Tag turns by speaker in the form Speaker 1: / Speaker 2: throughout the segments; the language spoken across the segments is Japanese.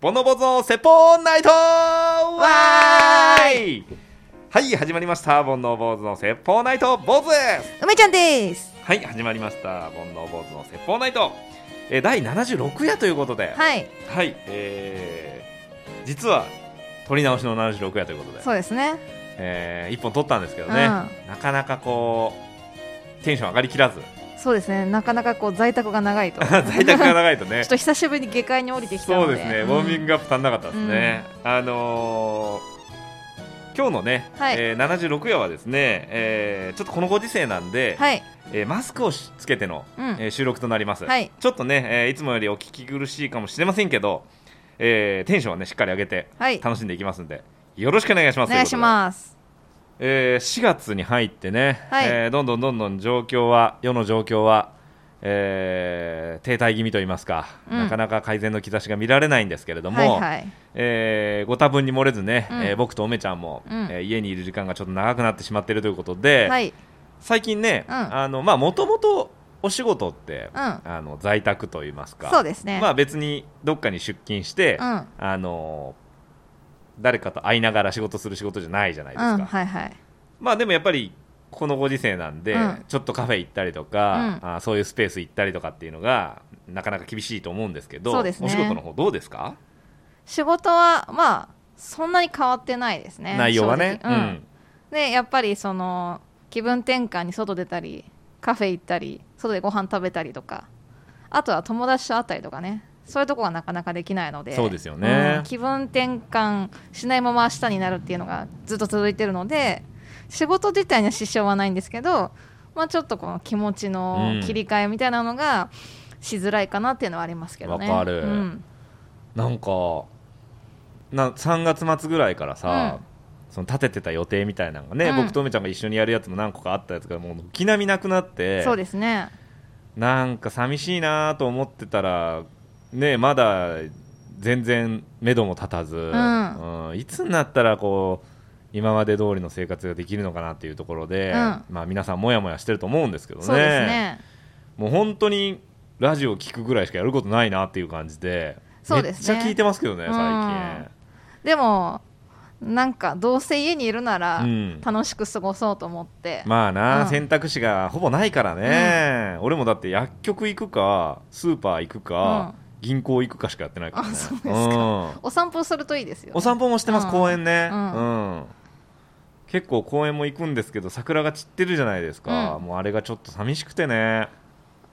Speaker 1: ボノボゾセポンナイトわーいはい、始まりました。煩悩坊主の説法ナイト、坊主です
Speaker 2: 梅ちゃんです。
Speaker 1: はい、始まりました。煩悩坊主の説法ナイト。えー、第76夜ということで、はい、
Speaker 2: はい、
Speaker 1: えー、実は、撮り直しの76夜ということで、
Speaker 2: そうですね。
Speaker 1: えー、1本撮ったんですけどね、
Speaker 2: う
Speaker 1: なかなかこう、テンション上がりきらず、
Speaker 2: そうですね。なかなかこう在宅が長いと。ちょ
Speaker 1: 在宅が長いとね
Speaker 2: っ、と久しぶりに下界に降りてきた
Speaker 1: そ
Speaker 2: の
Speaker 1: う
Speaker 2: で。
Speaker 1: ですね、ウ
Speaker 2: うん
Speaker 1: ォーミングアップ足んなかったですね。あのー今日のね、
Speaker 2: はい
Speaker 1: えー76夜はですね、えーちょっとこのご時世なんで、
Speaker 2: はい。
Speaker 1: えーマスクをしつけての、
Speaker 2: うん
Speaker 1: えー収録となります、
Speaker 2: はい
Speaker 1: ちょっとね、えーいつもよりお聞き苦しいかもしれませんけど、えーテンションはねしっかり上げて
Speaker 2: はい。
Speaker 1: 楽しんでいきますんで、よろしくお願いしま
Speaker 2: お
Speaker 1: す
Speaker 2: 願いしま
Speaker 1: という
Speaker 2: す。
Speaker 1: ことでえー4月に入ってね、
Speaker 2: はい
Speaker 1: えーどんどんどんどん状況は世の状況は、えー停滞気味といいますか、
Speaker 2: うん
Speaker 1: なかなか改善の兆しが見られないんですけれども、
Speaker 2: はいはい。
Speaker 1: えーご多分に漏れずね、
Speaker 2: うん
Speaker 1: えー僕とおめちゃんも、
Speaker 2: うん
Speaker 1: えー家にいる時間がちょっと長くなってしまっているということで、
Speaker 2: はい。
Speaker 1: 最近ね、
Speaker 2: うん
Speaker 1: あのまあもともとお仕事って、
Speaker 2: うん
Speaker 1: あの在宅といいますか、
Speaker 2: そうですね。
Speaker 1: まあ別にどっかに出勤して、
Speaker 2: うん
Speaker 1: あの誰かと会いながら仕事する仕事じゃないじゃないですか。
Speaker 2: うん、はいはい。
Speaker 1: まあでもやっぱりこのご時世なんで、
Speaker 2: うん
Speaker 1: ちょっとカフェ行ったりとか、
Speaker 2: う
Speaker 1: あそういうスペース行ったりとかっていうのがなかなか厳しいと思うんですけど
Speaker 2: そうですね
Speaker 1: お仕事の方どうですか、
Speaker 2: 仕事はまあそんなに変わってないですね。
Speaker 1: 内容はね、
Speaker 2: 正直うん。でやっぱりその気分転換に外出たりカフェ行ったり外でご飯食べたりとかあとは友達と会ったりとかねそういうとこはなかなかできないので
Speaker 1: そうですよね
Speaker 2: うん気分転換しないまま明日になるっていうのがずっと続いてるので仕事自体には支障はないんですけど、まあ、ちょっとこの気持ちの切り替えみたいなのがしづらいかなっていうのはありますけどね。
Speaker 1: わかる
Speaker 2: うん
Speaker 1: なんかな3月末ぐらいからさ、その立ててた予定みたいなのがね、
Speaker 2: うん
Speaker 1: 僕と梅ちゃんが一緒にやるやつも何個かあったやつがもう軒並みなくなって
Speaker 2: そうですね
Speaker 1: なんか寂しいなと思ってたらねまだ全然目処も立たず、
Speaker 2: ん
Speaker 1: うんいつになったらこう今まで通りの生活ができるのかなっていうところで、
Speaker 2: うん
Speaker 1: まあ皆さんもやもやしてると思うんですけどね
Speaker 2: そうですね
Speaker 1: もう本当にラジオ聞くぐらいしかやることないなっていう感じで
Speaker 2: そうですね
Speaker 1: めっちゃ聞いてますけどね最近。
Speaker 2: でもなんかどうせ家にいるなら
Speaker 1: うん
Speaker 2: 楽しく過ごそうと思って、
Speaker 1: まあな、
Speaker 2: うん
Speaker 1: 選択肢がほぼないからね、俺もだって薬局行くかスーパー行くか、銀行行くかしかやってないからね
Speaker 2: あそうですか
Speaker 1: うん
Speaker 2: お散歩するといいですよ、ね、
Speaker 1: お散歩もしてます、
Speaker 2: うん
Speaker 1: 公園ね、う
Speaker 2: うんん
Speaker 1: 結構公園も行くんですけど桜が散ってるじゃないですか、
Speaker 2: うん
Speaker 1: もうあれがちょっと寂しくてね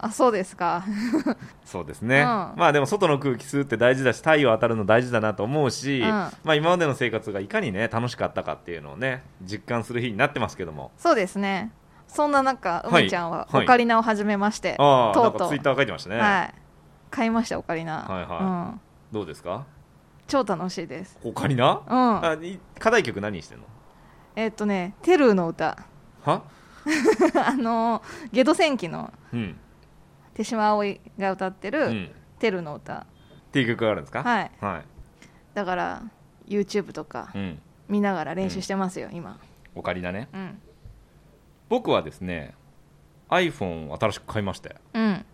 Speaker 2: あそうですか
Speaker 1: そうですね、
Speaker 2: うん
Speaker 1: まあでも外の空気吸うって大事だし太陽当たるの大事だなと思うし、
Speaker 2: うん
Speaker 1: まあ今までの生活がいかにね楽しかったかっていうのをね実感する日になってますけども
Speaker 2: そうですねそんな中
Speaker 1: はい
Speaker 2: 梅ちゃんは
Speaker 1: はい
Speaker 2: オカリナを始めまして、
Speaker 1: ああな
Speaker 2: と
Speaker 1: ん
Speaker 2: うと
Speaker 1: か
Speaker 2: う
Speaker 1: ツイッター書いてましたね、
Speaker 2: はい買いましたオカリナ、
Speaker 1: はいは
Speaker 2: うん、
Speaker 1: どうですか
Speaker 2: 超楽しいです
Speaker 1: オカリナ
Speaker 2: うん
Speaker 1: あい課題曲何してんの
Speaker 2: えっとね「テルーの歌
Speaker 1: は」
Speaker 2: あのゲド戦記の
Speaker 1: うん、
Speaker 2: 手島葵が歌って
Speaker 1: う
Speaker 2: る
Speaker 1: ん、
Speaker 2: 「テルーの歌
Speaker 1: っていう曲があるんですか」
Speaker 2: はい
Speaker 1: は
Speaker 2: だから YouTube とか
Speaker 1: い、うん、
Speaker 2: 見ながら練習してますよ、今
Speaker 1: オカリナね
Speaker 2: うん
Speaker 1: 僕はですね iPhone を新しく買いまして
Speaker 2: うん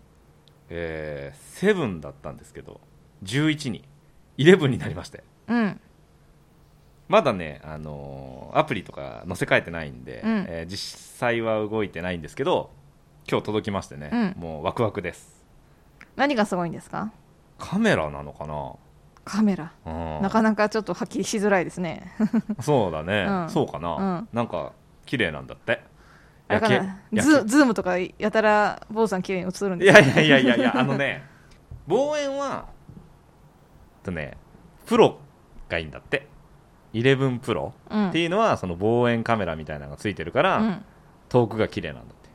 Speaker 1: えー、7だったんですけど11に11になりまして
Speaker 2: うん
Speaker 1: まだね、あのーアプリとか載せ替えてないんで、
Speaker 2: うん
Speaker 1: えー実際は動いてないんですけど今日届きましてね、
Speaker 2: うん
Speaker 1: もうワクワクです
Speaker 2: 何がすごいんですか
Speaker 1: カメラなのかな
Speaker 2: カメラ
Speaker 1: うん
Speaker 2: なかなかちょっとはっきりしづらいで すね
Speaker 1: そうだね、
Speaker 2: うん
Speaker 1: そうかな、
Speaker 2: うん
Speaker 1: なんか綺麗なんだって
Speaker 2: だか
Speaker 1: け
Speaker 2: ら
Speaker 1: やけ
Speaker 2: ズズームとかやたら坊さん綺麗に映るん
Speaker 1: い
Speaker 2: です
Speaker 1: やいやいやいやいやあのね望遠はえっとねプロがいいんだって11プロ
Speaker 2: うん
Speaker 1: っていうのはその望遠カメラみたいなのがついてるから、
Speaker 2: うん
Speaker 1: 遠くが綺麗なんだって、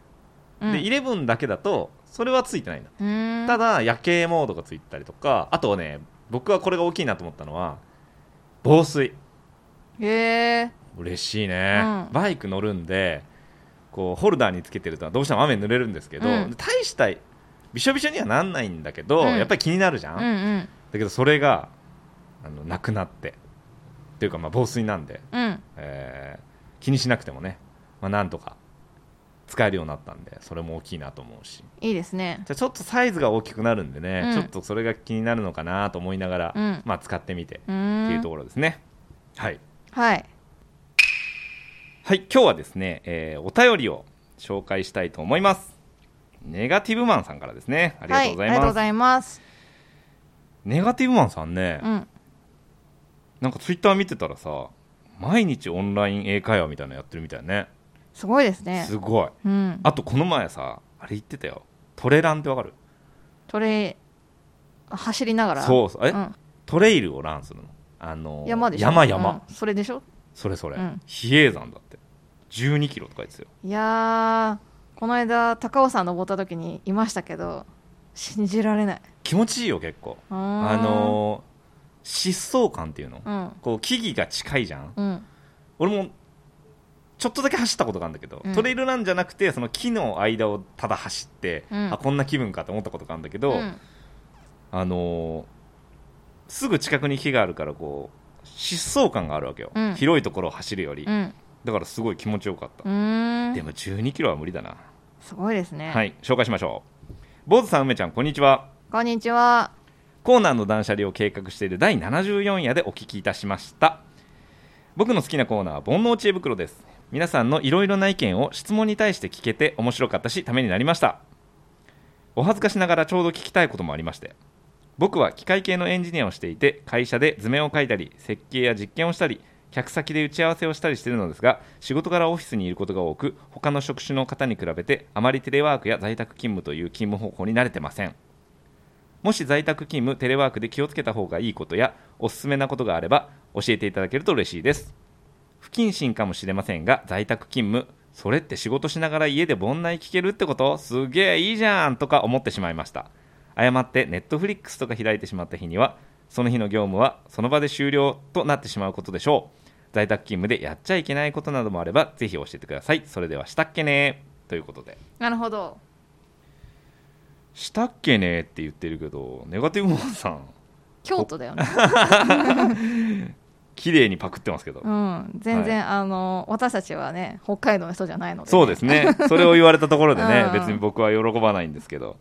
Speaker 2: うん
Speaker 1: で11だけだとそれはついてないんだ、
Speaker 2: うーん
Speaker 1: ただ夜景モードがついてたりとかあとはね僕はこれが大きいなと思ったのは防水
Speaker 2: へえ
Speaker 1: 嬉しいね、
Speaker 2: うん
Speaker 1: バイク乗るんでこうホルダーにつけてるとどうしても雨濡れるんですけど、
Speaker 2: うん
Speaker 1: 大したびしょびしょにはなんないんだけど、
Speaker 2: うん
Speaker 1: やっぱり気になるじゃん、
Speaker 2: うん
Speaker 1: だ
Speaker 2: うん
Speaker 1: けどそれがあのなくなってっていうかまあ防水なんで
Speaker 2: うん
Speaker 1: えー気にしなくてもね、まあ、なんとか使えるようになったんでそれも大きいなと思うし
Speaker 2: いいですね
Speaker 1: じゃあちょっとサイズが大きくなるんでね、
Speaker 2: うん
Speaker 1: ちょっとそれが気になるのかなと思いながら、
Speaker 2: うん
Speaker 1: まあ、使ってみて
Speaker 2: う
Speaker 1: っ
Speaker 2: ー
Speaker 1: ていうんところですね、はい、
Speaker 2: はい
Speaker 1: はい、今日はですね、えーお便りを紹介したいと思いますネガティブマンさんからですねありがとうござい
Speaker 2: はい、ありがとう
Speaker 1: ま
Speaker 2: ご
Speaker 1: す、
Speaker 2: ざいます
Speaker 1: ネガティブマンさんね、
Speaker 2: うん
Speaker 1: なんかツイッター見てたらさ毎日オンライン英会話みたいなのやってるみたいね
Speaker 2: すごいですね
Speaker 1: すごい
Speaker 2: うん
Speaker 1: あとこの前さあれ言ってたよトレランってわかる
Speaker 2: トレ走りながら
Speaker 1: そうそうえ、
Speaker 2: うん
Speaker 1: トレイルをランするのあのー
Speaker 2: 山でしょ
Speaker 1: 山山、
Speaker 2: うんそれでしょ
Speaker 1: それそれ、
Speaker 2: うん
Speaker 1: 比叡山だって1 2キロとか言ってたよ
Speaker 2: いやーこの間高尾山登った時にいましたけど信じられない
Speaker 1: 気持ちいいよ結構あ
Speaker 2: あ
Speaker 1: のー疾走感っていうの
Speaker 2: ー
Speaker 1: こう木々が近いじゃん
Speaker 2: うんうん
Speaker 1: 俺もちょっとだけ走ったことがあるんだけど、
Speaker 2: うん
Speaker 1: トレイルランじゃなくてその木の間をただ走って、
Speaker 2: うん
Speaker 1: あこんな気分かと思ったことがあるんだけど、
Speaker 2: うん
Speaker 1: あのーすぐ近くに木があるからこう疾走感があるわけよ、
Speaker 2: うん
Speaker 1: 広いところを走るより、
Speaker 2: うん
Speaker 1: だからすごい気持ちよかった
Speaker 2: う、ーん
Speaker 1: でも1 2キロは無理だな、
Speaker 2: すごいですね、
Speaker 1: はい紹介しましょう坊主さん梅ちゃんこんにちは
Speaker 2: こんにちは
Speaker 1: コーナーの断捨離を計画している第74夜でお聞きいたしました僕の好きなコーナーは煩悩知恵袋です皆さんのいろいろな意見を質問に対して聞けて面白かったしためになりましたお恥ずかしながらちょうど聞きたいこともありまして僕は機械系のエンジニアをしていて会社で図面を描いたり設計や実験をしたり客先で打ち合わせをしたりしているのですが仕事からオフィスにいることが多く他の職種の方に比べてあまりテレワークや在宅勤務という勤務方法に慣れてませんもし在宅勤務テレワークで気をつけた方がいいことやおすすめなことがあれば教えていただけると嬉しいです不謹慎かもしれませんが在宅勤務それって仕事しながら家で盆内聞けるってことすげえいいじゃんとか思ってしまいました誤ってネットフリックスとか開いてしまった日にはその日の業務はその場で終了となってしまうことでしょう在宅勤務でやっちゃいけないことなどもあればぜひ教えてくださいそれではしたっけねーということで
Speaker 2: なるほど
Speaker 1: したっけねーって言ってるけどネガティブモンさん
Speaker 2: 京都だよね、
Speaker 1: 綺麗にパクってますけど、
Speaker 2: うん、全然、あの私たちはね北海道の人じゃないので、
Speaker 1: そうです ねそれを言われたところでね
Speaker 2: うん
Speaker 1: 別に僕は喜ばないんですけど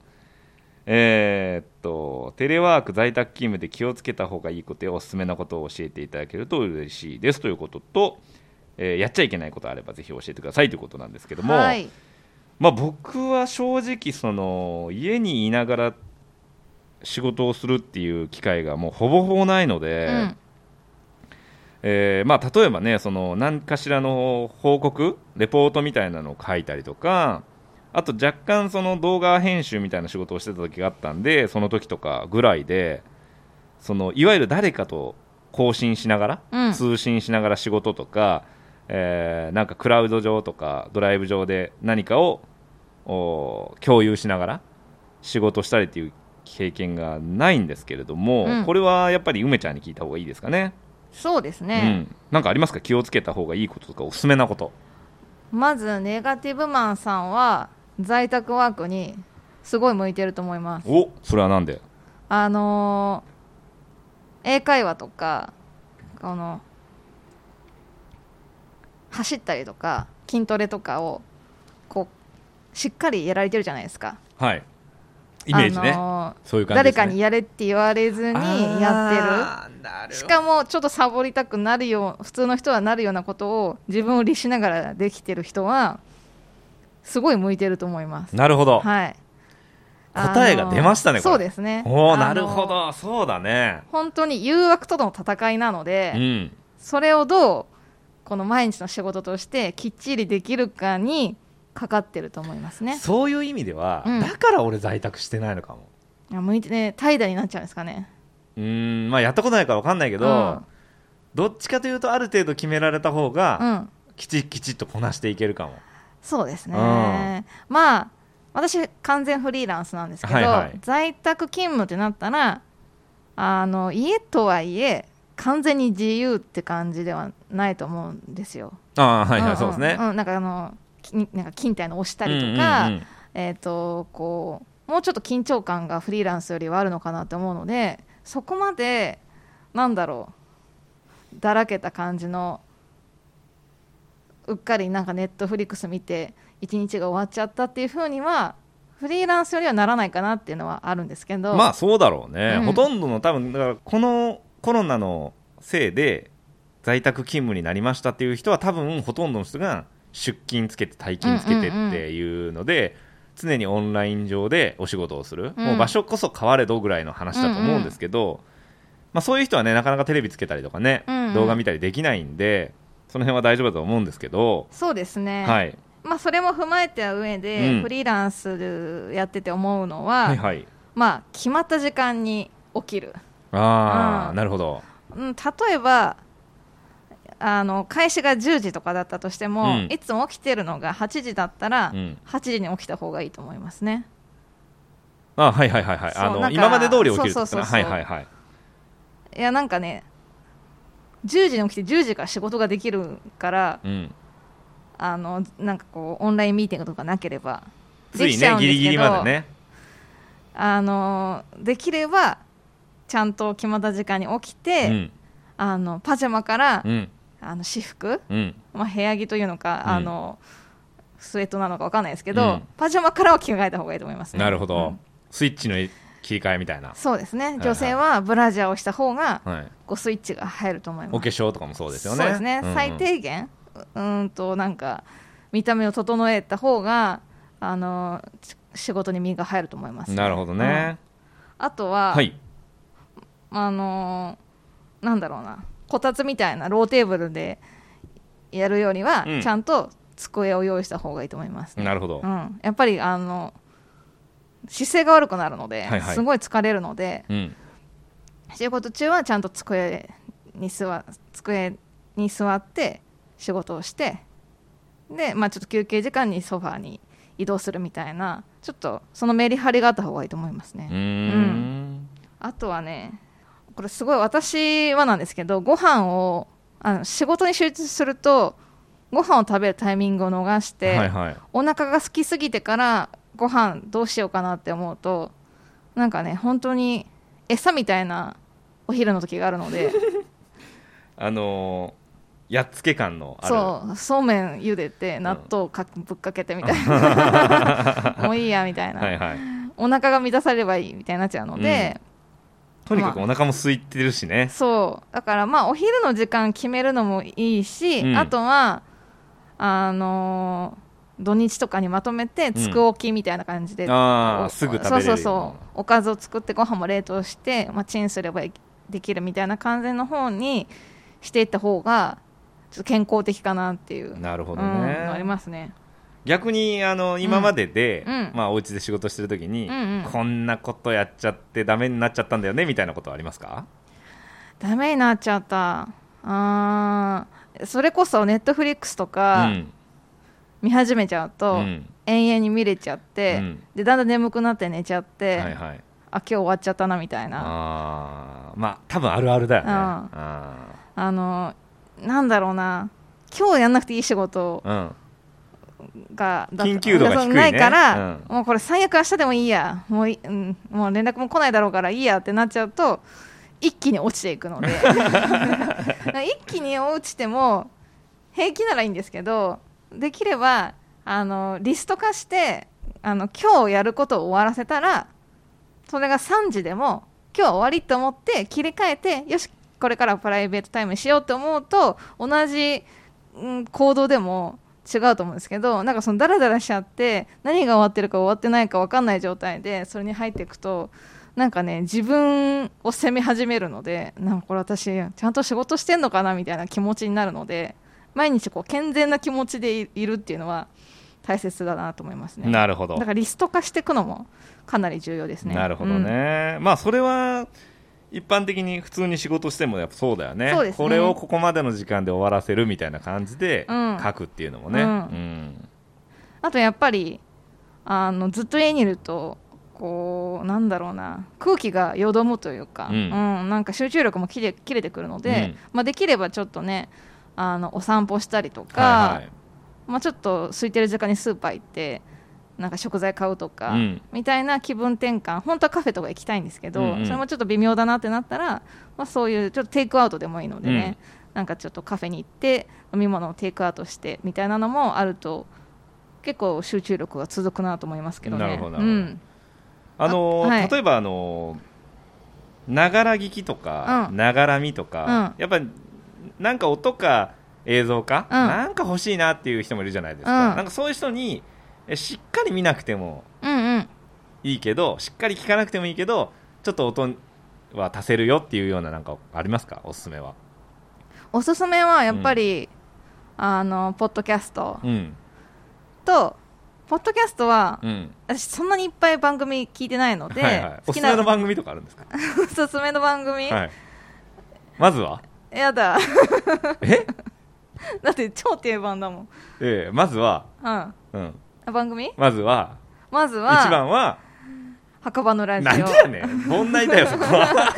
Speaker 1: えーっとテレワーク在宅勤務で気をつけた方がいいことやおすすめなことを教えていただけると嬉しいですということと、えーやっちゃいけないことあればぜひ教えてくださいということなんですけども、
Speaker 2: はい、
Speaker 1: まあ、僕は正直その家にいながら仕事をするっていう機会がもうほぼほぼないので、
Speaker 2: うん
Speaker 1: えーまあ、例えばねその何かしらの報告レポートみたいなのを書いたりとかあと若干その動画編集みたいな仕事をしてた時があったんでその時とかぐらいでそのいわゆる誰かと更新しながら、
Speaker 2: うん
Speaker 1: 通信しながら仕事とか、えーなんかクラウド上とかドライブ上で何かをお共有しながら仕事したりっていう経験がないんですけれども、
Speaker 2: うん
Speaker 1: これはやっぱり梅ちゃんに聞いた方がいいですかね。
Speaker 2: そうです
Speaker 1: う
Speaker 2: ね、
Speaker 1: ん、なんかありますか気をつけた方がいいこととかおすすめなこと
Speaker 2: まずネガティブマンさんは在宅ワークにすごい向いてると思います
Speaker 1: おそれはなんで
Speaker 2: あのー英会話とかこの走ったりとか筋トレとかをこうしっかりやられてるじゃないですか
Speaker 1: はいイメージね、
Speaker 2: あの
Speaker 1: そういう
Speaker 2: ー
Speaker 1: 感じで
Speaker 2: 誰
Speaker 1: すね
Speaker 2: かにやれって言われずにや
Speaker 1: って
Speaker 2: ってるし
Speaker 1: も
Speaker 2: かもちょっとサボりたくなるよう普通の人はなるようなことを自分を律しながらできてる人はすごい向いてると思います
Speaker 1: なるほど、
Speaker 2: はい
Speaker 1: 答えが出ましたね
Speaker 2: あのー
Speaker 1: これ
Speaker 2: そうですね
Speaker 1: おお
Speaker 2: あのー
Speaker 1: なるほどそうだね
Speaker 2: 本当に誘惑との戦いなので、
Speaker 1: うん
Speaker 2: それをどうこの毎日の仕事としてきっちりできるかにかかってると思いますね
Speaker 1: そういう意味では、
Speaker 2: うん
Speaker 1: だから俺在宅してないのかも
Speaker 2: いや向いてね怠惰になっちゃうんですかね
Speaker 1: うーんまあやったことないから分かんないけど、
Speaker 2: うん
Speaker 1: どっちかというとある程度決められた方
Speaker 2: う
Speaker 1: が、
Speaker 2: ん
Speaker 1: きちきちっとこなしていけるかも
Speaker 2: そうですね、
Speaker 1: う
Speaker 2: まあ私完全フリーランスなんですけど、
Speaker 1: はいはい
Speaker 2: 在宅勤務ってなったらあの家とはいえ完全に自由って感じではないと思うんですよ。
Speaker 1: ああはいはい、
Speaker 2: んん
Speaker 1: そうですね、
Speaker 2: うん、なんかあのきなんか勤怠の押したりとか、
Speaker 1: うんうんうん
Speaker 2: えー、とこうもうちょっと緊張感がフリーランスよりはあるのかなと思うのでそこまでなんだろうだらけた感じのうっかりなんかネットフリックス見て一日が終わっちゃったっていうふうにはフリーランスよりはならないかなっていうのはあるんですけど、
Speaker 1: まあそうだろうね、
Speaker 2: うん
Speaker 1: ほとんどの多分だからこのコロナのせいで在宅勤務になりましたっていう人は多分ほとんどの人が出勤つけて退勤つけて
Speaker 2: うんうんうん
Speaker 1: っていうので、常にオンライン上でお仕事をする、
Speaker 2: うん
Speaker 1: もう場所こそ変われどぐらいの話だと思うんですけど、まあ、そういう人はねなかなかテレビつけたりとかね、
Speaker 2: うんうん
Speaker 1: 動画見たりできないんでその辺は大丈夫だと思うんですけど、
Speaker 2: そうですね、
Speaker 1: はい、
Speaker 2: まあ、それも踏まえた上で、
Speaker 1: うん
Speaker 2: フリーランスやってて思うのは、
Speaker 1: はいはい
Speaker 2: まあ、決まった時間に起きる、
Speaker 1: ああ、
Speaker 2: うん
Speaker 1: なるほど、
Speaker 2: うん、例えばあの開始が10時とかだったとして
Speaker 1: う
Speaker 2: も、
Speaker 1: ん
Speaker 2: いつも起きてるのが8時だったら、
Speaker 1: うん、
Speaker 2: 8時に起きた方がいいと思いますね。
Speaker 1: あはいはいはいはい
Speaker 2: そう
Speaker 1: あ
Speaker 2: な
Speaker 1: の
Speaker 2: んか
Speaker 1: 今まで通り起きるってこと
Speaker 2: そうそうそう
Speaker 1: ね
Speaker 2: そう
Speaker 1: はいはいはい
Speaker 2: いやなんかね10時に起きて10時から仕事ができるから
Speaker 1: うん、
Speaker 2: あのなんかこうオンラインミーティングとかなければ
Speaker 1: つ
Speaker 2: で
Speaker 1: い
Speaker 2: きちゃ
Speaker 1: ね
Speaker 2: うん
Speaker 1: ギ
Speaker 2: ですけ
Speaker 1: リギ
Speaker 2: ど
Speaker 1: リまでね
Speaker 2: あのできればちゃんと決まった時間に起きて、
Speaker 1: うん
Speaker 2: あのパジャマから、
Speaker 1: うん
Speaker 2: あの私服、
Speaker 1: うん
Speaker 2: まあ、部屋着というのか、
Speaker 1: うん
Speaker 2: あのスウェットなのかわかんないですけど、
Speaker 1: うん
Speaker 2: パジャマからは着替えた方がいいと思います、ね、
Speaker 1: なるほど、
Speaker 2: うん
Speaker 1: スイッチの切り替えみたいな、
Speaker 2: そうです
Speaker 1: い
Speaker 2: ね
Speaker 1: はい
Speaker 2: 女性はブラジャーをした方が
Speaker 1: はい、
Speaker 2: こうスイッチが入ると思います
Speaker 1: お化粧とかもそうですよね
Speaker 2: そうですね、
Speaker 1: んん
Speaker 2: 最低限ううーんとなんか見た目を整えた方があのし仕事に身が入ると思います、
Speaker 1: なるほどね、
Speaker 2: うんあとは、
Speaker 1: はい
Speaker 2: あのーなんだろうなこたつみたいなローテーブルでやるよりは、
Speaker 1: うん
Speaker 2: ちゃんと机を用意した方がいいと思います、
Speaker 1: なるほど
Speaker 2: うん、やっぱりあの姿勢が悪くなるので、
Speaker 1: はいはい
Speaker 2: すごい疲れるので
Speaker 1: うん
Speaker 2: 仕事中はちゃんと机に座机に座って仕事をしてで、まあ、ちょっと休憩時間にソファーに移動するみたいなちょっとそのメリハリがあった方がいいと思いますね、
Speaker 1: うーん
Speaker 2: あとはねこれすごい私はなんですけどご飯をあの仕事に集中するとご飯を食べるタイミングを逃して、
Speaker 1: はいはい
Speaker 2: お腹が空きすぎてからご飯どうしようかなって思うとなんかね本当に餌みたいなお昼の時があるので
Speaker 1: あのーやっつけ感の ある
Speaker 2: そうそうめん茹でて納豆かぶっかけてみたいなもういいやみたいな、
Speaker 1: はいはい
Speaker 2: お腹が満たされればいいみたいになっちゃうので、
Speaker 1: とにかくお腹も空いてるしね、
Speaker 2: そうだからまあお昼の時間決めるのもいいし、
Speaker 1: うん
Speaker 2: あとはあのー土日とかにまとめてつくおきみたいな感じで、
Speaker 1: あ
Speaker 2: お
Speaker 1: あすぐ食べれ
Speaker 2: そう
Speaker 1: るよ
Speaker 2: そううそうおかずを作ってご飯も冷凍して、まあ、チンすればいできるみたいな感じの方にしていった方がちょっと健康的かなっていう、
Speaker 1: なるほど
Speaker 2: う
Speaker 1: ね、
Speaker 2: んのありますね
Speaker 1: 逆にあの今までで、
Speaker 2: うん
Speaker 1: まあ、お家で仕事してる時に、
Speaker 2: うんうん
Speaker 1: こんなことやっちゃってダメになっちゃったんだよねみたいなことはありますか
Speaker 2: ダメになっちゃったあーそれこそネットフリックスと
Speaker 1: う
Speaker 2: か
Speaker 1: ん
Speaker 2: 見始めちゃうと、
Speaker 1: うん
Speaker 2: 延々に見れちゃって、
Speaker 1: うん
Speaker 2: でだんだん眠くなって寝ちゃって、
Speaker 1: はいはい、
Speaker 2: あ今日終わっちゃったなみたいな
Speaker 1: あーまあ多分あるあるだよね
Speaker 2: うん
Speaker 1: あ
Speaker 2: あのなんだろうな今日やんなくていい仕事
Speaker 1: ーうん
Speaker 2: がだ
Speaker 1: 緊急度が低いね
Speaker 2: ないから、
Speaker 1: う
Speaker 2: もうこれ最悪明日でもいいやもうい、うん、もう連絡も来ないだろうからいいやってなっちゃうと一気に落ちていく ので一気に落ちても平気ならいいんですけどできればあのリスト化してあの今日やることを終わらせたらそれが3時でも今日は終わりと思って切り替えてよしこれからプライベートタイムにしようと思うと同じ、うん、行動でも違うと思うんですけどなんかそのダラダラしちゃって何が終わってるか終わってないか分かんない状態でそれに入っていくとなんかね自分を責め始めるのでなんかこれ私ちゃんと仕事してんのかなみたいな気持ちになるので毎日こう健全な気持ちでいいるっていうのは大切だなと思いますね。
Speaker 1: なるほど
Speaker 2: だからリスト化していくのもかなり重要ですね。
Speaker 1: なるほどね、まあそれは一般的に普通に仕事してもやっぱそうだよね
Speaker 2: そうですね
Speaker 1: これをここまでの時間で終わらせるみたいな感じで
Speaker 2: うん
Speaker 1: 書くっていうのもね、
Speaker 2: う
Speaker 1: うんん
Speaker 2: うん。あとやっぱりあのずっと家にいるとこうなんだろうな空気がよどむというか、
Speaker 1: うん
Speaker 2: うんなんか集中力も切れ切れてくるので、
Speaker 1: うん
Speaker 2: まあ、できればちょっとねあのお散歩したりとか、
Speaker 1: はいはい
Speaker 2: まあ、ちょっと空いてる時間にスーパー行ってなんか食材買うとか、
Speaker 1: うん
Speaker 2: みたいな気分転換本当はカフェとか行きたいんですけど、
Speaker 1: うんうん
Speaker 2: それもちょっと微妙だなってなったら、まあ、そういうちょっとテイクアウトでもいいのでね、なんかちょっとカフェに行って飲み物をテイクアウトしてみたいなのもあると結構集中力が続くなと思いますけどね。
Speaker 1: なるほどなるほど
Speaker 2: うん
Speaker 1: あのー
Speaker 2: あはい
Speaker 1: 例えばあのーながら聞きとか
Speaker 2: うん
Speaker 1: ながらみとか、やっぱなんか音か映像か、
Speaker 2: うん
Speaker 1: なんか欲しいなっていう人もいるじゃないですか、
Speaker 2: うん
Speaker 1: なんかそういう人にえしっかり見なくても
Speaker 2: うんうん
Speaker 1: いいけどしっかり聞かなくてもいいけどちょっと音は足せるよっていうようななんかありますかおすすめは、
Speaker 2: おすすめはやっぱり、あのポッドキャスト
Speaker 1: うん
Speaker 2: とポッドキャストは、
Speaker 1: うん
Speaker 2: 私そんなにいっぱい番組聞いてないので、
Speaker 1: はいはい、お
Speaker 2: 好
Speaker 1: す
Speaker 2: き
Speaker 1: すめ
Speaker 2: な
Speaker 1: の番組とかあるんですか、
Speaker 2: おすすめの番組、
Speaker 1: はい、まずは、
Speaker 2: やだ
Speaker 1: え
Speaker 2: だって超定番だもん、
Speaker 1: ええまずは、
Speaker 2: うん、
Speaker 1: うん、
Speaker 2: 番組
Speaker 1: まずは
Speaker 2: まず
Speaker 1: 一
Speaker 2: は
Speaker 1: 番は
Speaker 2: 墓場のラジ
Speaker 1: なんでやねん問題だよそこ は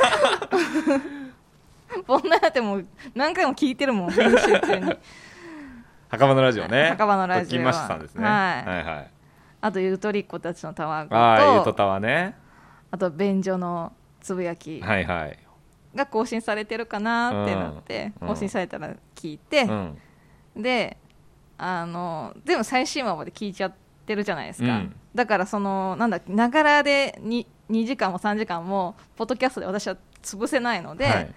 Speaker 2: オ女だってもう何回も聞いてるもん編集 中に
Speaker 1: 墓場のラジオね
Speaker 2: 墓場のラジオ
Speaker 1: ときましさんですね、
Speaker 2: はい
Speaker 1: はいはい
Speaker 2: あとゆとりっ子たちのたわごと
Speaker 1: ああゆと
Speaker 2: あ
Speaker 1: たわね
Speaker 2: と便所のつぶやき
Speaker 1: はいはい、
Speaker 2: が更新されてるかなってなって、
Speaker 1: うん
Speaker 2: 更新されたら聞いて
Speaker 1: う、ん、
Speaker 2: であの全部最新話まで聞いちゃってるじゃないですか、
Speaker 1: うん
Speaker 2: だからそのなんだながらで 2, 2時間も3時間もポッドキャストで私は潰せないので、
Speaker 1: はい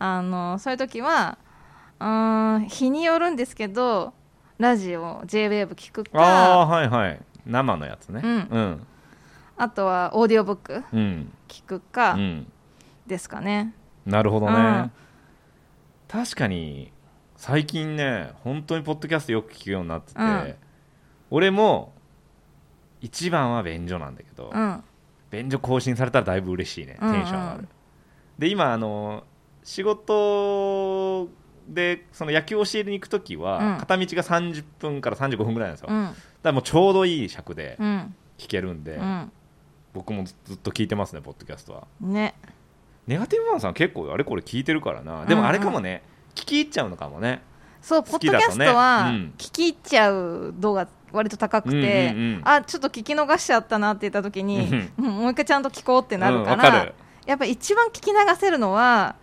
Speaker 2: あのそういう時はうーん日によるんですけどラジオ JWAVE 聞く
Speaker 1: ああ
Speaker 2: かあ
Speaker 1: はいはい生のやつね
Speaker 2: うん
Speaker 1: うん
Speaker 2: とはオーディオブック
Speaker 1: うん、
Speaker 2: 聞く
Speaker 1: う
Speaker 2: か
Speaker 1: ん
Speaker 2: ですかね、
Speaker 1: なるほどね、
Speaker 2: うん
Speaker 1: 確かに最近ね本当にポッドキャストよく聞くようになってて、
Speaker 2: うん
Speaker 1: 俺も一番は便所なんだけど、
Speaker 2: うん
Speaker 1: 便所更新されたらだいぶ嬉しいねテ
Speaker 2: うん
Speaker 1: ン
Speaker 2: うん
Speaker 1: ション上がる、で今あの仕事でその野球を教えに行く時は、
Speaker 2: うん
Speaker 1: 片道が30分から35分ぐらいなんですよ、
Speaker 2: う
Speaker 1: だか
Speaker 2: ん
Speaker 1: らもうちょうどいい尺で
Speaker 2: うん
Speaker 1: 聞けるんで、
Speaker 2: う
Speaker 1: 僕もずずっと聞いてますねポッドキャストは
Speaker 2: んね
Speaker 1: ネガティブマンさん結構あれこれ聞いてるからなでもあれかもね、聞き入っちゃうのかもね
Speaker 2: そうポ
Speaker 1: 好
Speaker 2: ッ
Speaker 1: き
Speaker 2: ド
Speaker 1: だ
Speaker 2: キ
Speaker 1: とね
Speaker 2: ャストは
Speaker 1: うん
Speaker 2: 聞き入っちゃう度が割と高くて、
Speaker 1: うんうんうん
Speaker 2: あちょっと聞き逃しちゃったなって言った時に、うんもう一回ちゃんと聞こうってなる
Speaker 1: うん
Speaker 2: か
Speaker 1: わ
Speaker 2: ら、
Speaker 1: かる
Speaker 2: やっぱ一番聞き流せるのは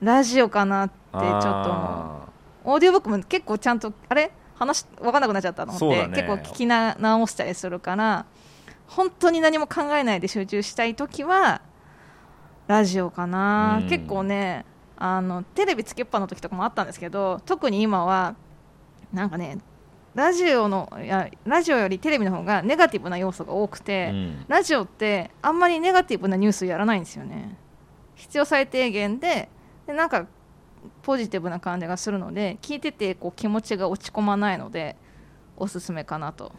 Speaker 2: ラジオかなってちょっと思う
Speaker 1: あ
Speaker 2: オーディオブックも結構ちゃんとあれ話分かんなくなっちゃったのって、
Speaker 1: そうだね
Speaker 2: 結構聞きな直したりするから本当に何も考えないで集中したい時はラジオかな、
Speaker 1: うん
Speaker 2: 結構ねあのテレビつけっぱの時とかもあったんですけど特に今はなんかねラジオのいやラジオよりテレビの方がネガティブな要素が多く
Speaker 1: ー
Speaker 2: て、
Speaker 1: うん
Speaker 2: ラジオってあんまりネガティブなニュースやらないんですよね必要最低限ででなんかポジティブな感じがするので聞いててこう気持ちが落ち込まないのでおすすめかなと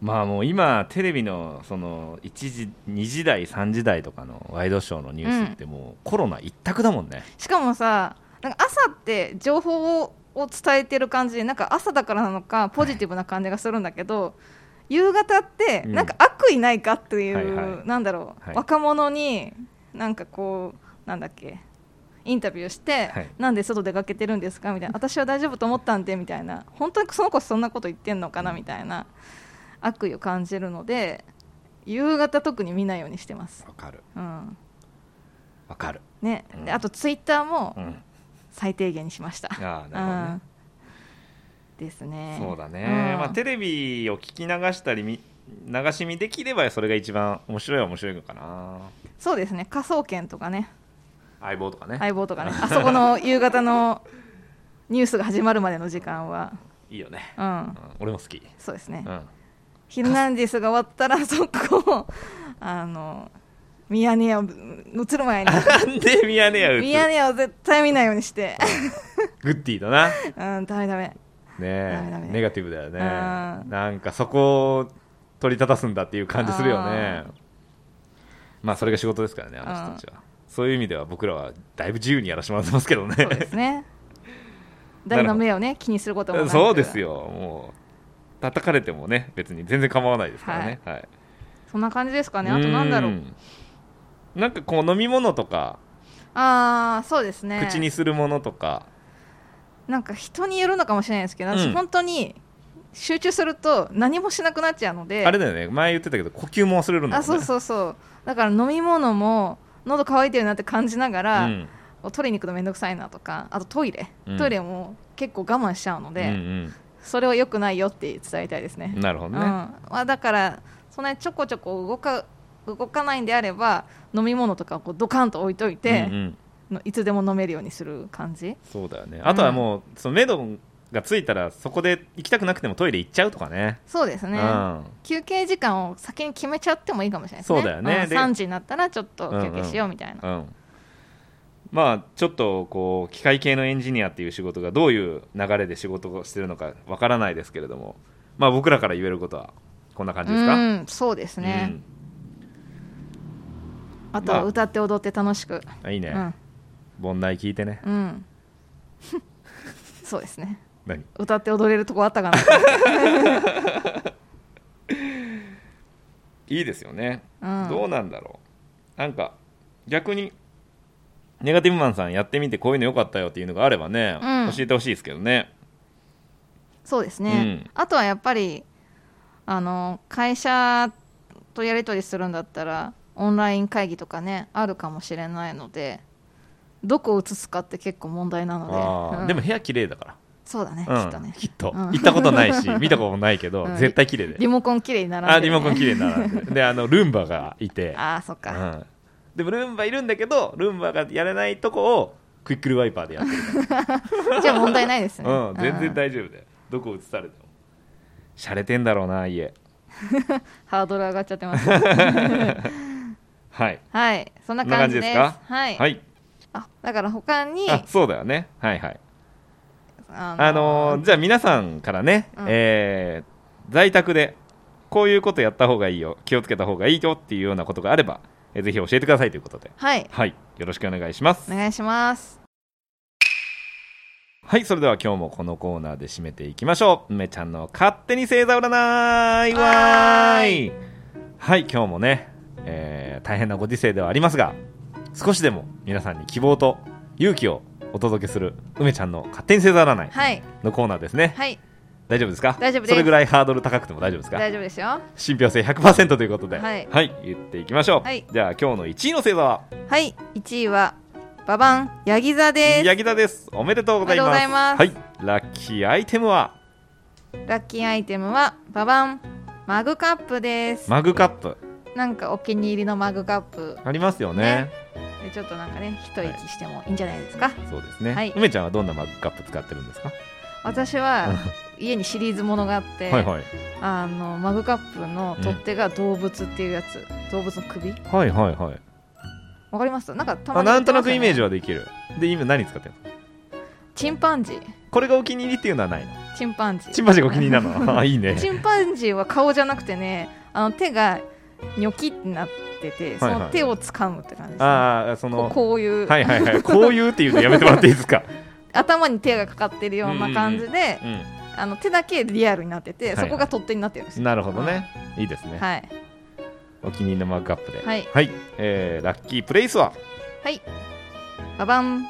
Speaker 1: まあもう今テレビのその1時2時台3時台とかのワイドショーのニュースってもうコロナ一択だもんね、
Speaker 2: しかもさなんか朝って情報をを伝えてる感じでなんか朝だからなのかポジティブな感じがするんだけど、夕方って
Speaker 1: うん
Speaker 2: なんか悪意ないかっていう、
Speaker 1: はいはい
Speaker 2: なんだろう、
Speaker 1: はい
Speaker 2: 若者になんかこうなんだっけインタビューして、
Speaker 1: はい
Speaker 2: なんで外出かけてるんですかみたいな私は大丈夫と思ったんでみたいな本当にその子そんなこと言ってんのかなみたいな悪意を感じるので夕方特に見ないようにしてます。
Speaker 1: わかる
Speaker 2: うん
Speaker 1: わかる、
Speaker 2: ね
Speaker 1: う、ん
Speaker 2: であとツイッターも、
Speaker 1: うん、
Speaker 2: 最低限にしました。
Speaker 1: ああ な
Speaker 2: うんです
Speaker 1: る
Speaker 2: ね。
Speaker 1: ほどねそうだね、
Speaker 2: うん
Speaker 1: まあ、テレビを聞き流したりみ流し見できればそれが一番面白いは面白いのかな
Speaker 2: そうですね。科捜研とかね、
Speaker 1: 相棒とかね、
Speaker 2: 相棒 とかね、あそこの夕方のニュースが始まるまでの時間は、
Speaker 1: いいよね、
Speaker 2: う
Speaker 1: うん
Speaker 2: ん、
Speaker 1: 俺も好き、
Speaker 2: そうですね
Speaker 1: う。ん、
Speaker 2: ヒルナンディスが終わったら そこをあのミヤネ屋を映 る前に。
Speaker 1: なんでミヤネ屋打つ
Speaker 2: ミヤネ屋を絶対見ないよう にして、
Speaker 1: グッディだなね
Speaker 2: うん、ダメダメ。ダメダ
Speaker 1: え
Speaker 2: メ
Speaker 1: ネガティブだよね
Speaker 2: うん
Speaker 1: なんかそこを取り立たすんだっていう感じするよねまあそれが仕事ですからねあの人たちはそういう意味では僕らはだいぶ自由にやらせてもらってますけどね
Speaker 2: そうで すね。誰の目をね気にすることもなく。
Speaker 1: そうですよ、もう叩かれてもね、別に全然構わないですからね。はい
Speaker 2: そんな感じですかね。あとなんだろう。
Speaker 1: んなんかこう飲み物とか、
Speaker 2: ああ、そうですね。
Speaker 1: 口にするものとか、
Speaker 2: なんか人によるのかもしれないですけど、
Speaker 1: うん
Speaker 2: 私本当に集中すると何もしなくなっちゃうので
Speaker 1: あれだよね、前言ってたけど、呼吸も忘れるんだもんね。
Speaker 2: あそうそうそうだから飲み物も喉乾いてるなって感じながら、
Speaker 1: うん
Speaker 2: を取りに行くのめんどくさいなとかあとトイレ、
Speaker 1: うん
Speaker 2: トイレも結構我慢しちゃうので、
Speaker 1: うん
Speaker 2: それは良くないよって伝えたいですね
Speaker 1: うん、。なるほど
Speaker 2: う
Speaker 1: ね、
Speaker 2: んまあ、だからそんなにちょこちょこ動か動かないんであれば飲み物とかをこうドカンと置いといて、
Speaker 1: うんうん
Speaker 2: のいつでも飲めるようにする感じ
Speaker 1: そうだよねあとはもう、そのメドがついたらそこで行きたくなくてもトイレ行っちゃうとかね
Speaker 2: そうですね、
Speaker 1: うん
Speaker 2: 休憩時間を先に決めちゃってもいいかもしれないですね
Speaker 1: そうだよね
Speaker 2: ん
Speaker 1: で
Speaker 2: 3時になったらちょっと休憩しようみたいな、
Speaker 1: うんまあちょっとこう機械系のエンジニアっていう仕事がどういう流れで仕事をしてるのかわからないですけれどもまあ僕らから言えることはこんな感じですか
Speaker 2: うんそうですね、あとは歌って踊って楽しく、
Speaker 1: うんいいね、盆内聞いてね
Speaker 2: うんうん そうですね
Speaker 1: 何
Speaker 2: 歌って踊れるとこあったかな
Speaker 1: いいですよね、
Speaker 2: うん
Speaker 1: どうなんだろうなんか逆にネガティブマンさんやってみてこういうの良かったよっていうのがあればね、
Speaker 2: うん
Speaker 1: 教えてほしいですけどね
Speaker 2: そうですね、
Speaker 1: うん
Speaker 2: あとはやっぱりあの会社とやり取りするんだったらオンライン会議とかねあるかもしれないのでどこを映すかって結構問題なの
Speaker 1: あ
Speaker 2: で、
Speaker 1: ー
Speaker 2: うん
Speaker 1: でも部屋綺麗だか
Speaker 2: そうだね、
Speaker 1: ら、
Speaker 2: きっとね
Speaker 1: きっと
Speaker 2: うん
Speaker 1: 行ったことないし 見たこともないけど、
Speaker 2: うん
Speaker 1: 絶対綺麗で
Speaker 2: リモコン綺麗に並ん
Speaker 1: あ
Speaker 2: で
Speaker 1: リ
Speaker 2: るね、
Speaker 1: モコン綺麗に並んでであのルンバがいて、
Speaker 2: ああそっ
Speaker 1: う
Speaker 2: か、
Speaker 1: ん、でもルンバいるんだけどルンバがやれないとこをクイックルワイパーでやってる、
Speaker 2: じゃあ問題ないですね、
Speaker 1: うん、全然
Speaker 2: うん
Speaker 1: 大丈夫だよどこ映されても洒落てんだろうな家
Speaker 2: ハードル上がっちゃってます
Speaker 1: はい
Speaker 2: はいそんな
Speaker 1: こんな
Speaker 2: 感
Speaker 1: 感
Speaker 2: じ
Speaker 1: じ
Speaker 2: です
Speaker 1: ですか
Speaker 2: はい、
Speaker 1: はい
Speaker 2: あだから他に
Speaker 1: あそうだよねはいはい
Speaker 2: あ
Speaker 1: あのーじゃあ皆さんからね、
Speaker 2: うん
Speaker 1: えー在宅でこういうことやった方がいいよ気をつけた方がいいよっていうようなことがあれば、えーぜひ教えてくださいということで
Speaker 2: はい
Speaker 1: はいよろしくお願いします
Speaker 2: お願いします
Speaker 1: はい、それでは今日もこのコーナーで締めていきましょう。梅ちゃんの勝手に星座占いわーいはい、今日もね、えー大変なご時世ではありますが、少しでも皆さんに希望と勇気をお届けする梅ちゃんの勝手に星座占い
Speaker 2: はい
Speaker 1: のコーナーですね。
Speaker 2: はい
Speaker 1: 大丈夫ですか
Speaker 2: 大丈夫です
Speaker 1: それぐらいハードル高くても大丈夫ですか
Speaker 2: 大丈夫ですよ
Speaker 1: 信憑性100%ということで、
Speaker 2: はい
Speaker 1: 言っていきましょう。
Speaker 2: はい
Speaker 1: じゃあ今日の1位の星座は、
Speaker 2: はい1位はババンヤギ座です
Speaker 1: ヤギ座です。おめでとうござい
Speaker 2: お
Speaker 1: ま
Speaker 2: め
Speaker 1: す。
Speaker 2: でとうございます
Speaker 1: はい、ラッキーアイテムは、
Speaker 2: ラッキーアイテムはババンマグカップです、
Speaker 1: マグカップ。
Speaker 2: なんかお気に入りのマグカップ
Speaker 1: ありますよ
Speaker 2: ね
Speaker 1: ね。
Speaker 2: でちょっとなんかね一息してもいいんじゃないですか、
Speaker 1: そうですね、
Speaker 2: はい
Speaker 1: 梅ちゃんはどんなマグカップ使ってるんですか、
Speaker 2: 私 は家にシリーズものがあって、
Speaker 1: はいはい
Speaker 2: あのマグカップの取っ手が動物っていうやつ、動物の首
Speaker 1: はいはいはい
Speaker 2: わかりますなんかたま
Speaker 1: あ
Speaker 2: に売
Speaker 1: な
Speaker 2: っ
Speaker 1: ん
Speaker 2: て
Speaker 1: と
Speaker 2: ま
Speaker 1: な
Speaker 2: す
Speaker 1: く
Speaker 2: よね、
Speaker 1: イメージはできるで今何使ってるの
Speaker 2: チンパンジー
Speaker 1: これがお気に入りっていうのはないの
Speaker 2: チンパンジー
Speaker 1: チンパンジーがお気に入りな のあいいね
Speaker 2: チンパンジーは顔じゃなくてねあの手がニョキってなっててそ
Speaker 1: はいはい
Speaker 2: の手を掴むって感じですね、
Speaker 1: ああそ
Speaker 2: こ
Speaker 1: の
Speaker 2: うこういう、
Speaker 1: はいはいはいこういうっていうのやめてもらっていいですか、
Speaker 2: 頭に手がかかってるような感じで、
Speaker 1: う
Speaker 2: あの手だけリアルになってて、
Speaker 1: はいはい
Speaker 2: そこが取っ手になってるんです
Speaker 1: ん、
Speaker 2: よ
Speaker 1: なるほどねいいですね、
Speaker 2: はい
Speaker 1: お気に入りのマグカップでは
Speaker 2: はい
Speaker 1: えーラッキープレイスは
Speaker 2: はいババン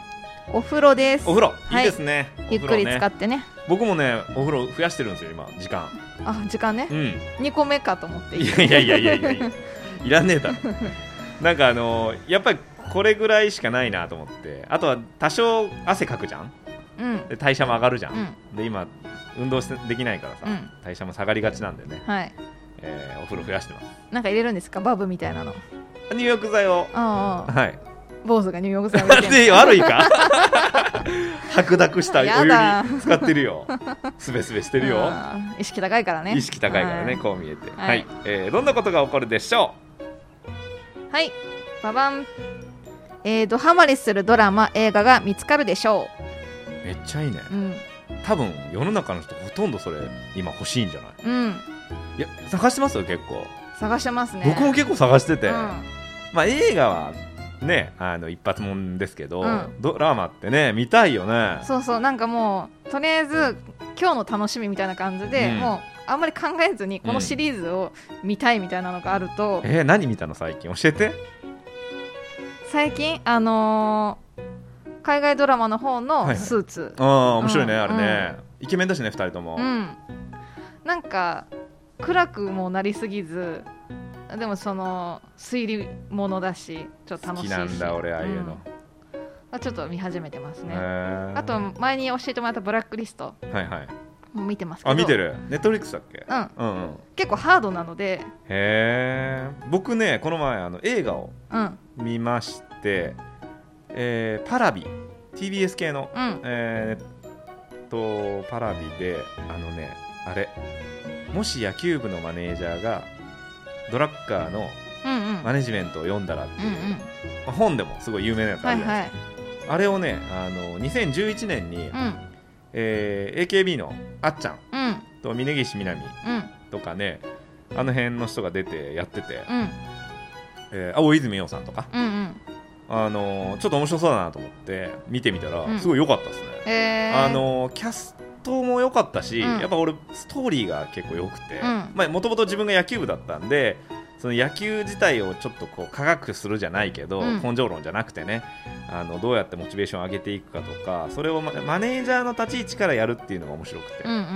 Speaker 2: お風呂です
Speaker 1: お風呂、
Speaker 2: はい
Speaker 1: い、いですね
Speaker 2: ゆっくり使
Speaker 1: っ
Speaker 2: ってね
Speaker 1: 僕もねお風呂増やしてるんですよ今時間
Speaker 2: あ時間ね
Speaker 1: うん
Speaker 2: 2個目かと思って
Speaker 1: いやいやいやいやいやいやいらねえだ ろなんかあのーやっぱりこれぐらいしかないなと思ってあとは多少汗かくじゃん
Speaker 2: うん
Speaker 1: で代謝も上がるじゃん、
Speaker 2: う
Speaker 1: で今運動してできないからさ、
Speaker 2: うん
Speaker 1: 代謝も下がりがちなんでね、
Speaker 2: はい
Speaker 1: えーお風呂増やしてます
Speaker 2: なんか入れるんですかバブみたいなの
Speaker 1: 入浴剤を
Speaker 2: ああ
Speaker 1: はい
Speaker 2: 坊主が入浴剤を
Speaker 1: な
Speaker 2: 入
Speaker 1: ん
Speaker 2: れて
Speaker 1: で悪い か白濁したお
Speaker 2: やだ
Speaker 1: 湯に使ってるよすべすべしてるよ
Speaker 2: うん意識高いからね
Speaker 1: 意識高いからね、
Speaker 2: は
Speaker 1: こう見えて、
Speaker 2: はい
Speaker 1: はいえーどんなことが起こるでしょ
Speaker 2: はいババンえー、ドハマりするドラマ映画が見つかるでしょ
Speaker 1: うめっちゃいいね
Speaker 2: ううん
Speaker 1: 多分世の中の人ほとんどそれ今欲しいんじゃない
Speaker 2: うん
Speaker 1: いや探してますよ結構、
Speaker 2: 探してますね
Speaker 1: 僕も結構探してて、
Speaker 2: うん
Speaker 1: まあ映画はねあの一発もんですけど、
Speaker 2: うん
Speaker 1: ドラマってね見たいよね
Speaker 2: そうそうなんかもうとりあえず今日の楽しみみたいな感じで、
Speaker 1: うん
Speaker 2: もうあんまり考えずにこのシリーズを見たいみたいなのがあると、
Speaker 1: えー何見たの最近教えて
Speaker 2: 最近あのー海外ドラマの方
Speaker 1: はいは
Speaker 2: の
Speaker 1: い
Speaker 2: スーツ、
Speaker 1: ああ面白いね、
Speaker 2: うん
Speaker 1: あれね、イケメンだしね2人とも、
Speaker 2: うんなんか暗くもなりすぎずでもその推理ものだしちょっと
Speaker 1: 好
Speaker 2: 楽しい
Speaker 1: き
Speaker 2: し
Speaker 1: なんだ俺ああいうの、
Speaker 2: んはちょっと見始めてますね、あ
Speaker 1: あ
Speaker 2: と前に教えてもらったブラックリスト
Speaker 1: はいはい
Speaker 2: も見てますけど
Speaker 1: あ見てるネットフリックスだっけ
Speaker 2: うん
Speaker 1: うんうん
Speaker 2: 結構ハードなので
Speaker 1: へえ僕ねこの前あの映画を
Speaker 2: うん
Speaker 1: 見まして、えーパラビ TBS 系の、
Speaker 2: うん
Speaker 1: えーっとパラビであのねあれもし野球部のマネージャーがドラッカーの
Speaker 2: うんうん
Speaker 1: マネジメントを読んだらって
Speaker 2: う
Speaker 1: い
Speaker 2: ん
Speaker 1: う、
Speaker 2: うん
Speaker 1: まあ本でもすごい有名なやつあ
Speaker 2: は
Speaker 1: るじ
Speaker 2: い
Speaker 1: ゃない
Speaker 2: は
Speaker 1: で
Speaker 2: い
Speaker 1: すか、あれをねあの2011年に、
Speaker 2: うん
Speaker 1: えー AKB のあっちゃん
Speaker 2: うん
Speaker 1: と峯岸みなみ
Speaker 2: うん
Speaker 1: とかねあの辺の人が出てやってて、
Speaker 2: うん
Speaker 1: えー青泉洋さんとか、
Speaker 2: うんうん
Speaker 1: あのーちょっと面白そうだなと思って見てみたら、
Speaker 2: うん
Speaker 1: すごい良かったですね、
Speaker 2: えー、
Speaker 1: あのーキャストも良かったし、
Speaker 2: うん
Speaker 1: やっぱ俺ストーリーが結構良くて
Speaker 2: うん
Speaker 1: もともと自分が野球部だったんでその野球自体をちょっとこう科学するじゃないけど、
Speaker 2: うん
Speaker 1: 根性論じゃなくてねあのどうやってモチベーションを上げていくかとかそれをママネージャーの立ち位置からやるっていうのが面白くて、
Speaker 2: うんうん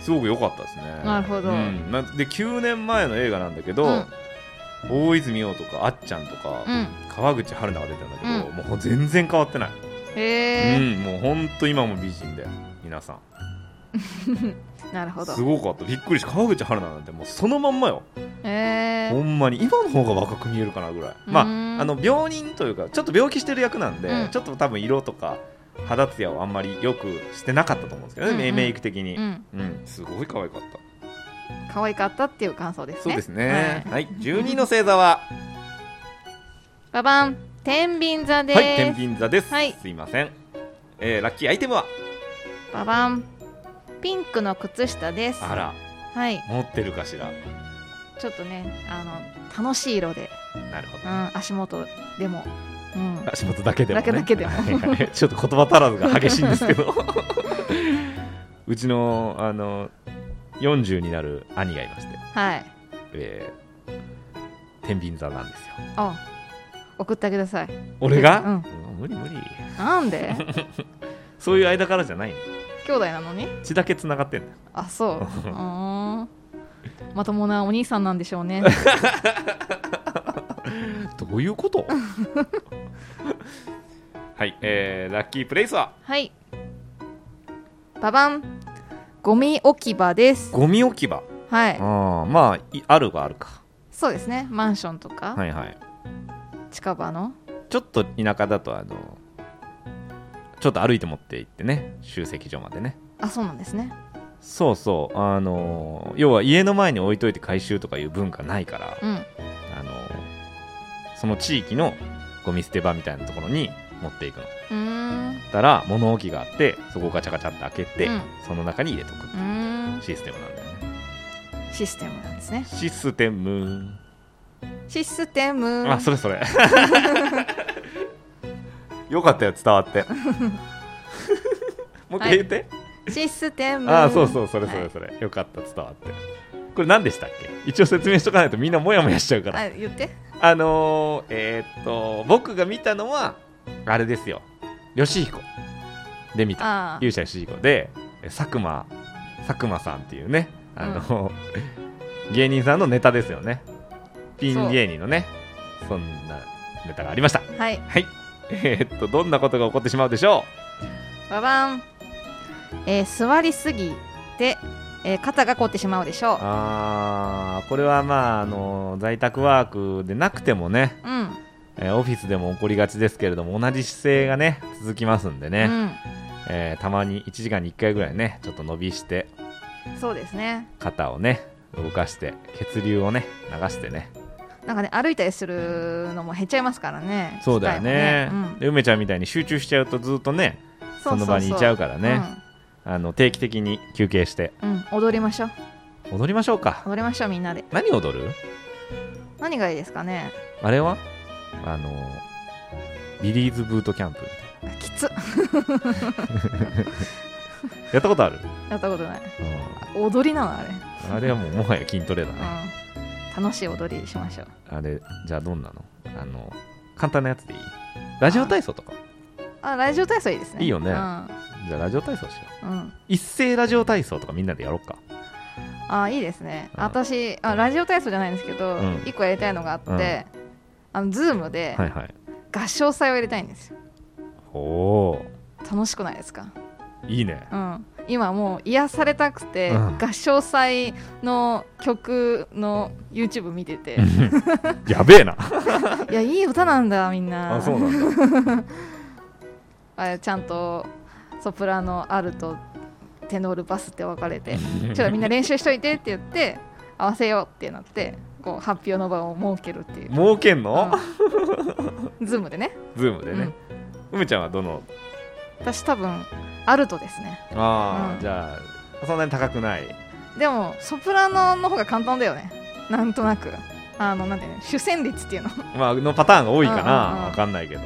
Speaker 1: すごく良かったですね。
Speaker 2: なるほど
Speaker 1: うんなで9年前の映画なんだけど、
Speaker 2: うん
Speaker 1: 大泉洋とかあっちゃんとか、
Speaker 2: うん
Speaker 1: 川口春奈が出てるんだけど、
Speaker 2: う
Speaker 1: もう全然変わってない、
Speaker 2: えー
Speaker 1: うん、もうほんと今も美人で皆さん
Speaker 2: なるほど
Speaker 1: すごかったびっくりした川口春奈なんてもうそのまんまよ
Speaker 2: え
Speaker 1: ほ
Speaker 2: ー、
Speaker 1: んまに今の方が若く見えるかなぐらいまあ
Speaker 2: うーん
Speaker 1: あの病人というかちょっと病気してる役なんで、
Speaker 2: うん
Speaker 1: ちょっと多分色とか肌ツヤをあんまりよくしてなかったと思うんですけどね、
Speaker 2: うんうん
Speaker 1: メイク的に、
Speaker 2: う
Speaker 1: うん
Speaker 2: ん
Speaker 1: すごい可愛かった
Speaker 2: 可愛かったっていう感想です
Speaker 1: そう
Speaker 2: ね
Speaker 1: ですねはい、12の星座は
Speaker 2: ババン天秤座です、
Speaker 1: はい天秤座です、
Speaker 2: はい
Speaker 1: すいません、えーラッキーアイテムは
Speaker 2: ババンピンクの靴下です
Speaker 1: あら
Speaker 2: はい
Speaker 1: 持ってるかしら
Speaker 2: ちょっとねあの楽しい色で、
Speaker 1: なるほど、
Speaker 2: うん、足元でも、うん、
Speaker 1: 足元だけでも、ね、
Speaker 2: だけだけで も
Speaker 1: はいはいちょっと言葉足らずが激しいんですけ どうちのあの40になる兄がいまして、
Speaker 2: はい
Speaker 1: えー、天秤座なんですよ
Speaker 2: あ送ってください
Speaker 1: 俺が、
Speaker 2: うん
Speaker 1: うん無理無理
Speaker 2: なんで
Speaker 1: そういう間からじゃない
Speaker 2: 兄弟なのに
Speaker 1: 血だけつながってんだよ
Speaker 2: あそう うーんまともなお兄さんなんでしょうね
Speaker 1: どういうこと はい、えー、ラッキープレイスは
Speaker 2: はいババンゴミ置き場です
Speaker 1: ゴミ置き場
Speaker 2: はい
Speaker 1: ああまあいあるがあるか
Speaker 2: そうですねマンションとか、
Speaker 1: はいはい
Speaker 2: 近場の
Speaker 1: ちょっと田舎だとあのちょっと歩いて持って行ってね集積所までね
Speaker 2: あそうなんですね
Speaker 1: そうそうあの要は家の前に置いといて回収とかいう文化ないから
Speaker 2: うん
Speaker 1: あのその地域のゴミ捨て場みたいなところに持っていくの
Speaker 2: うーんう
Speaker 1: たら物置があってそこをガチャガチャって開けて、
Speaker 2: うん
Speaker 1: その中に入れとく
Speaker 2: ーん
Speaker 1: システムなんだよね
Speaker 2: システムなんですね
Speaker 1: システム
Speaker 2: システム
Speaker 1: あそれそ れよかったよ伝わ ってもう一回言って、
Speaker 2: システム
Speaker 1: ああそうそうそれそ
Speaker 2: は
Speaker 1: れ
Speaker 2: い
Speaker 1: それ、よかった伝わってこれ何でしたっけ一応説明しとかないとみんなモヤモヤしちゃうから
Speaker 2: あ言って
Speaker 1: あのー、えーっと僕が見たのはあれですよ吉彦で見た
Speaker 2: あ
Speaker 1: 勇者吉彦でえ佐久間佐久間さんっていうねあの、芸人さんのネタですよねピン芸人のねそんなネタがありました
Speaker 2: あはい
Speaker 1: はいえーっとどんなことが起こってしまうでしょ
Speaker 2: ババン、えー座りすぎて、えー肩が凝ってしまうでし
Speaker 1: う
Speaker 2: ょ
Speaker 1: あーこれはまあ、あの在宅ワークでなくてもね
Speaker 2: う、うん
Speaker 1: えーオフィスでも起こりがちですけれども同じ姿勢がね続きますんで
Speaker 2: う
Speaker 1: ね、えーたまに1時間に1回ぐらいねちょっと伸びして
Speaker 2: ん、そうですね
Speaker 1: 肩をね動かして血流をね流してね
Speaker 2: なんかね歩いたりするのも減っちゃいますからね
Speaker 1: そうだよね
Speaker 2: 機会もね
Speaker 1: で梅ちゃんみたいに集中しちゃうとずっとね
Speaker 2: うん
Speaker 1: その場にいちゃうからねあの定期的に休憩して
Speaker 2: うん、うん踊りましょう
Speaker 1: 踊りましょうか
Speaker 2: 踊りましょうみんなで
Speaker 1: 何踊る
Speaker 2: 何がいいですかね
Speaker 1: あれはあのビリーズブートキャンプみたい
Speaker 2: あきつ
Speaker 1: なやったことある、
Speaker 2: やったことない
Speaker 1: うん
Speaker 2: 踊りなのあれ、
Speaker 1: あれはもうもはや筋トレだね、
Speaker 2: うん、楽しい踊りしましょう
Speaker 1: あれじゃあどんなのあの簡単なやつでいいラジオ体操とか
Speaker 2: あラジオ体操いいですね
Speaker 1: いいよね
Speaker 2: うん、
Speaker 1: じゃあラジオ体操しよう
Speaker 2: うん、
Speaker 1: 一斉ラジオ体操とかみんなでやろうか
Speaker 2: あいいですね、
Speaker 1: うん
Speaker 2: 私あラジオ体操じゃないんですけど、
Speaker 1: うん
Speaker 2: 一個やりたいのがあって、あのズームで
Speaker 1: はいはい
Speaker 2: 合唱祭をやりたいんですよ、楽しくないですか、
Speaker 1: いいね
Speaker 2: うん、今もう癒されたくて、
Speaker 1: うん
Speaker 2: 合唱祭の曲の YouTube 見てて、
Speaker 1: やべえない
Speaker 2: やいい歌なんだみんな
Speaker 1: あそうなんだ
Speaker 2: あれちゃんとソプラノアルとテノールバスって分かれてちょっとみんな練習しといてって言って合わせようってなってこう発表の場を設けるっていう、
Speaker 1: 儲けんの、
Speaker 2: うんズームでね
Speaker 1: ズームでね、うむちゃんはどの
Speaker 2: 私多分アルトですね
Speaker 1: ああ、
Speaker 2: うん
Speaker 1: じゃあそんなに高くない
Speaker 2: でもソプラノの方が簡単だよねなんとなくあのなんていうの主旋律っていうの
Speaker 1: まあのパターンが多いかな、
Speaker 2: うんうんうん
Speaker 1: わかんないけど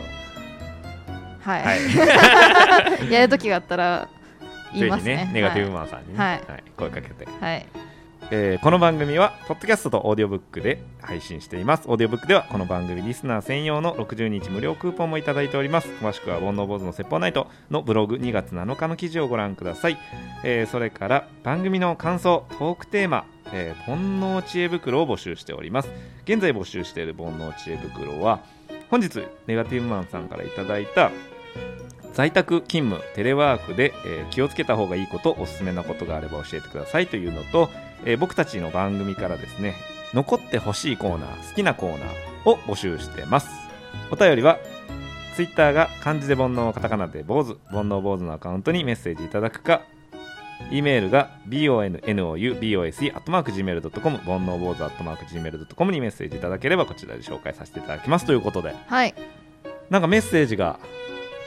Speaker 2: はい、
Speaker 1: はい
Speaker 2: やる時があったら言
Speaker 1: ぜ
Speaker 2: いま
Speaker 1: ひ
Speaker 2: すね
Speaker 1: ねネガティブマンさんにね、
Speaker 2: はい
Speaker 1: 声かけて、
Speaker 2: はい、はい
Speaker 1: えーこの番組はポッドキャストとオーディオブックで配信していますオーディオブックではこの番組リスナー専用の60日無料クーポンもいただいております詳しくは「煩悩坊主の説法ナイト」のブログ2月7日の記事をご覧ください、えーそれから番組の感想トークテーマえー煩悩知恵袋を募集しております現在募集している煩悩知恵袋は本日ネガティブマンさんからいただいた在宅勤務テレワークで、えー気をつけた方がいいことおすすめなことがあれば教えてくださいというのと、えー僕たちの番組からですね残ってほしいコーナー好きなコーナーを募集してますお便りはツイッターが漢字で煩悩カタカナで坊主煩悩坊主のアカウントにメッセージいただくか E メールが bonoubose.gmail.com 煩悩坊主 .gmail.com にメッセージいただければこちらで紹介させていただきますということで
Speaker 2: はい
Speaker 1: なんかメッセージが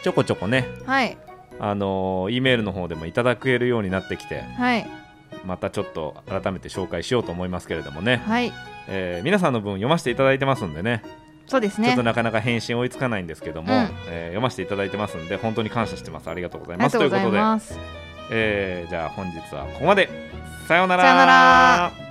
Speaker 1: ちょこちょこね
Speaker 2: はい
Speaker 1: あのー、E メールの方でもいただけるようになってきて
Speaker 2: はい
Speaker 1: またちょっと改めて紹介しようと思いますけれどもね、
Speaker 2: はい
Speaker 1: えー皆さんの分読ませていただいてますんでね
Speaker 2: そうです
Speaker 1: ちょっ
Speaker 2: ね
Speaker 1: となかなか返信追いつかないんですけども、
Speaker 2: うん
Speaker 1: えー読ませていただいてますんで本当に感謝してますありがとうござ
Speaker 2: あ
Speaker 1: い
Speaker 2: りが
Speaker 1: ます
Speaker 2: とうござい
Speaker 1: いうこ
Speaker 2: ます
Speaker 1: とで、えーじゃあ本日はここまでさようなら
Speaker 2: さようなら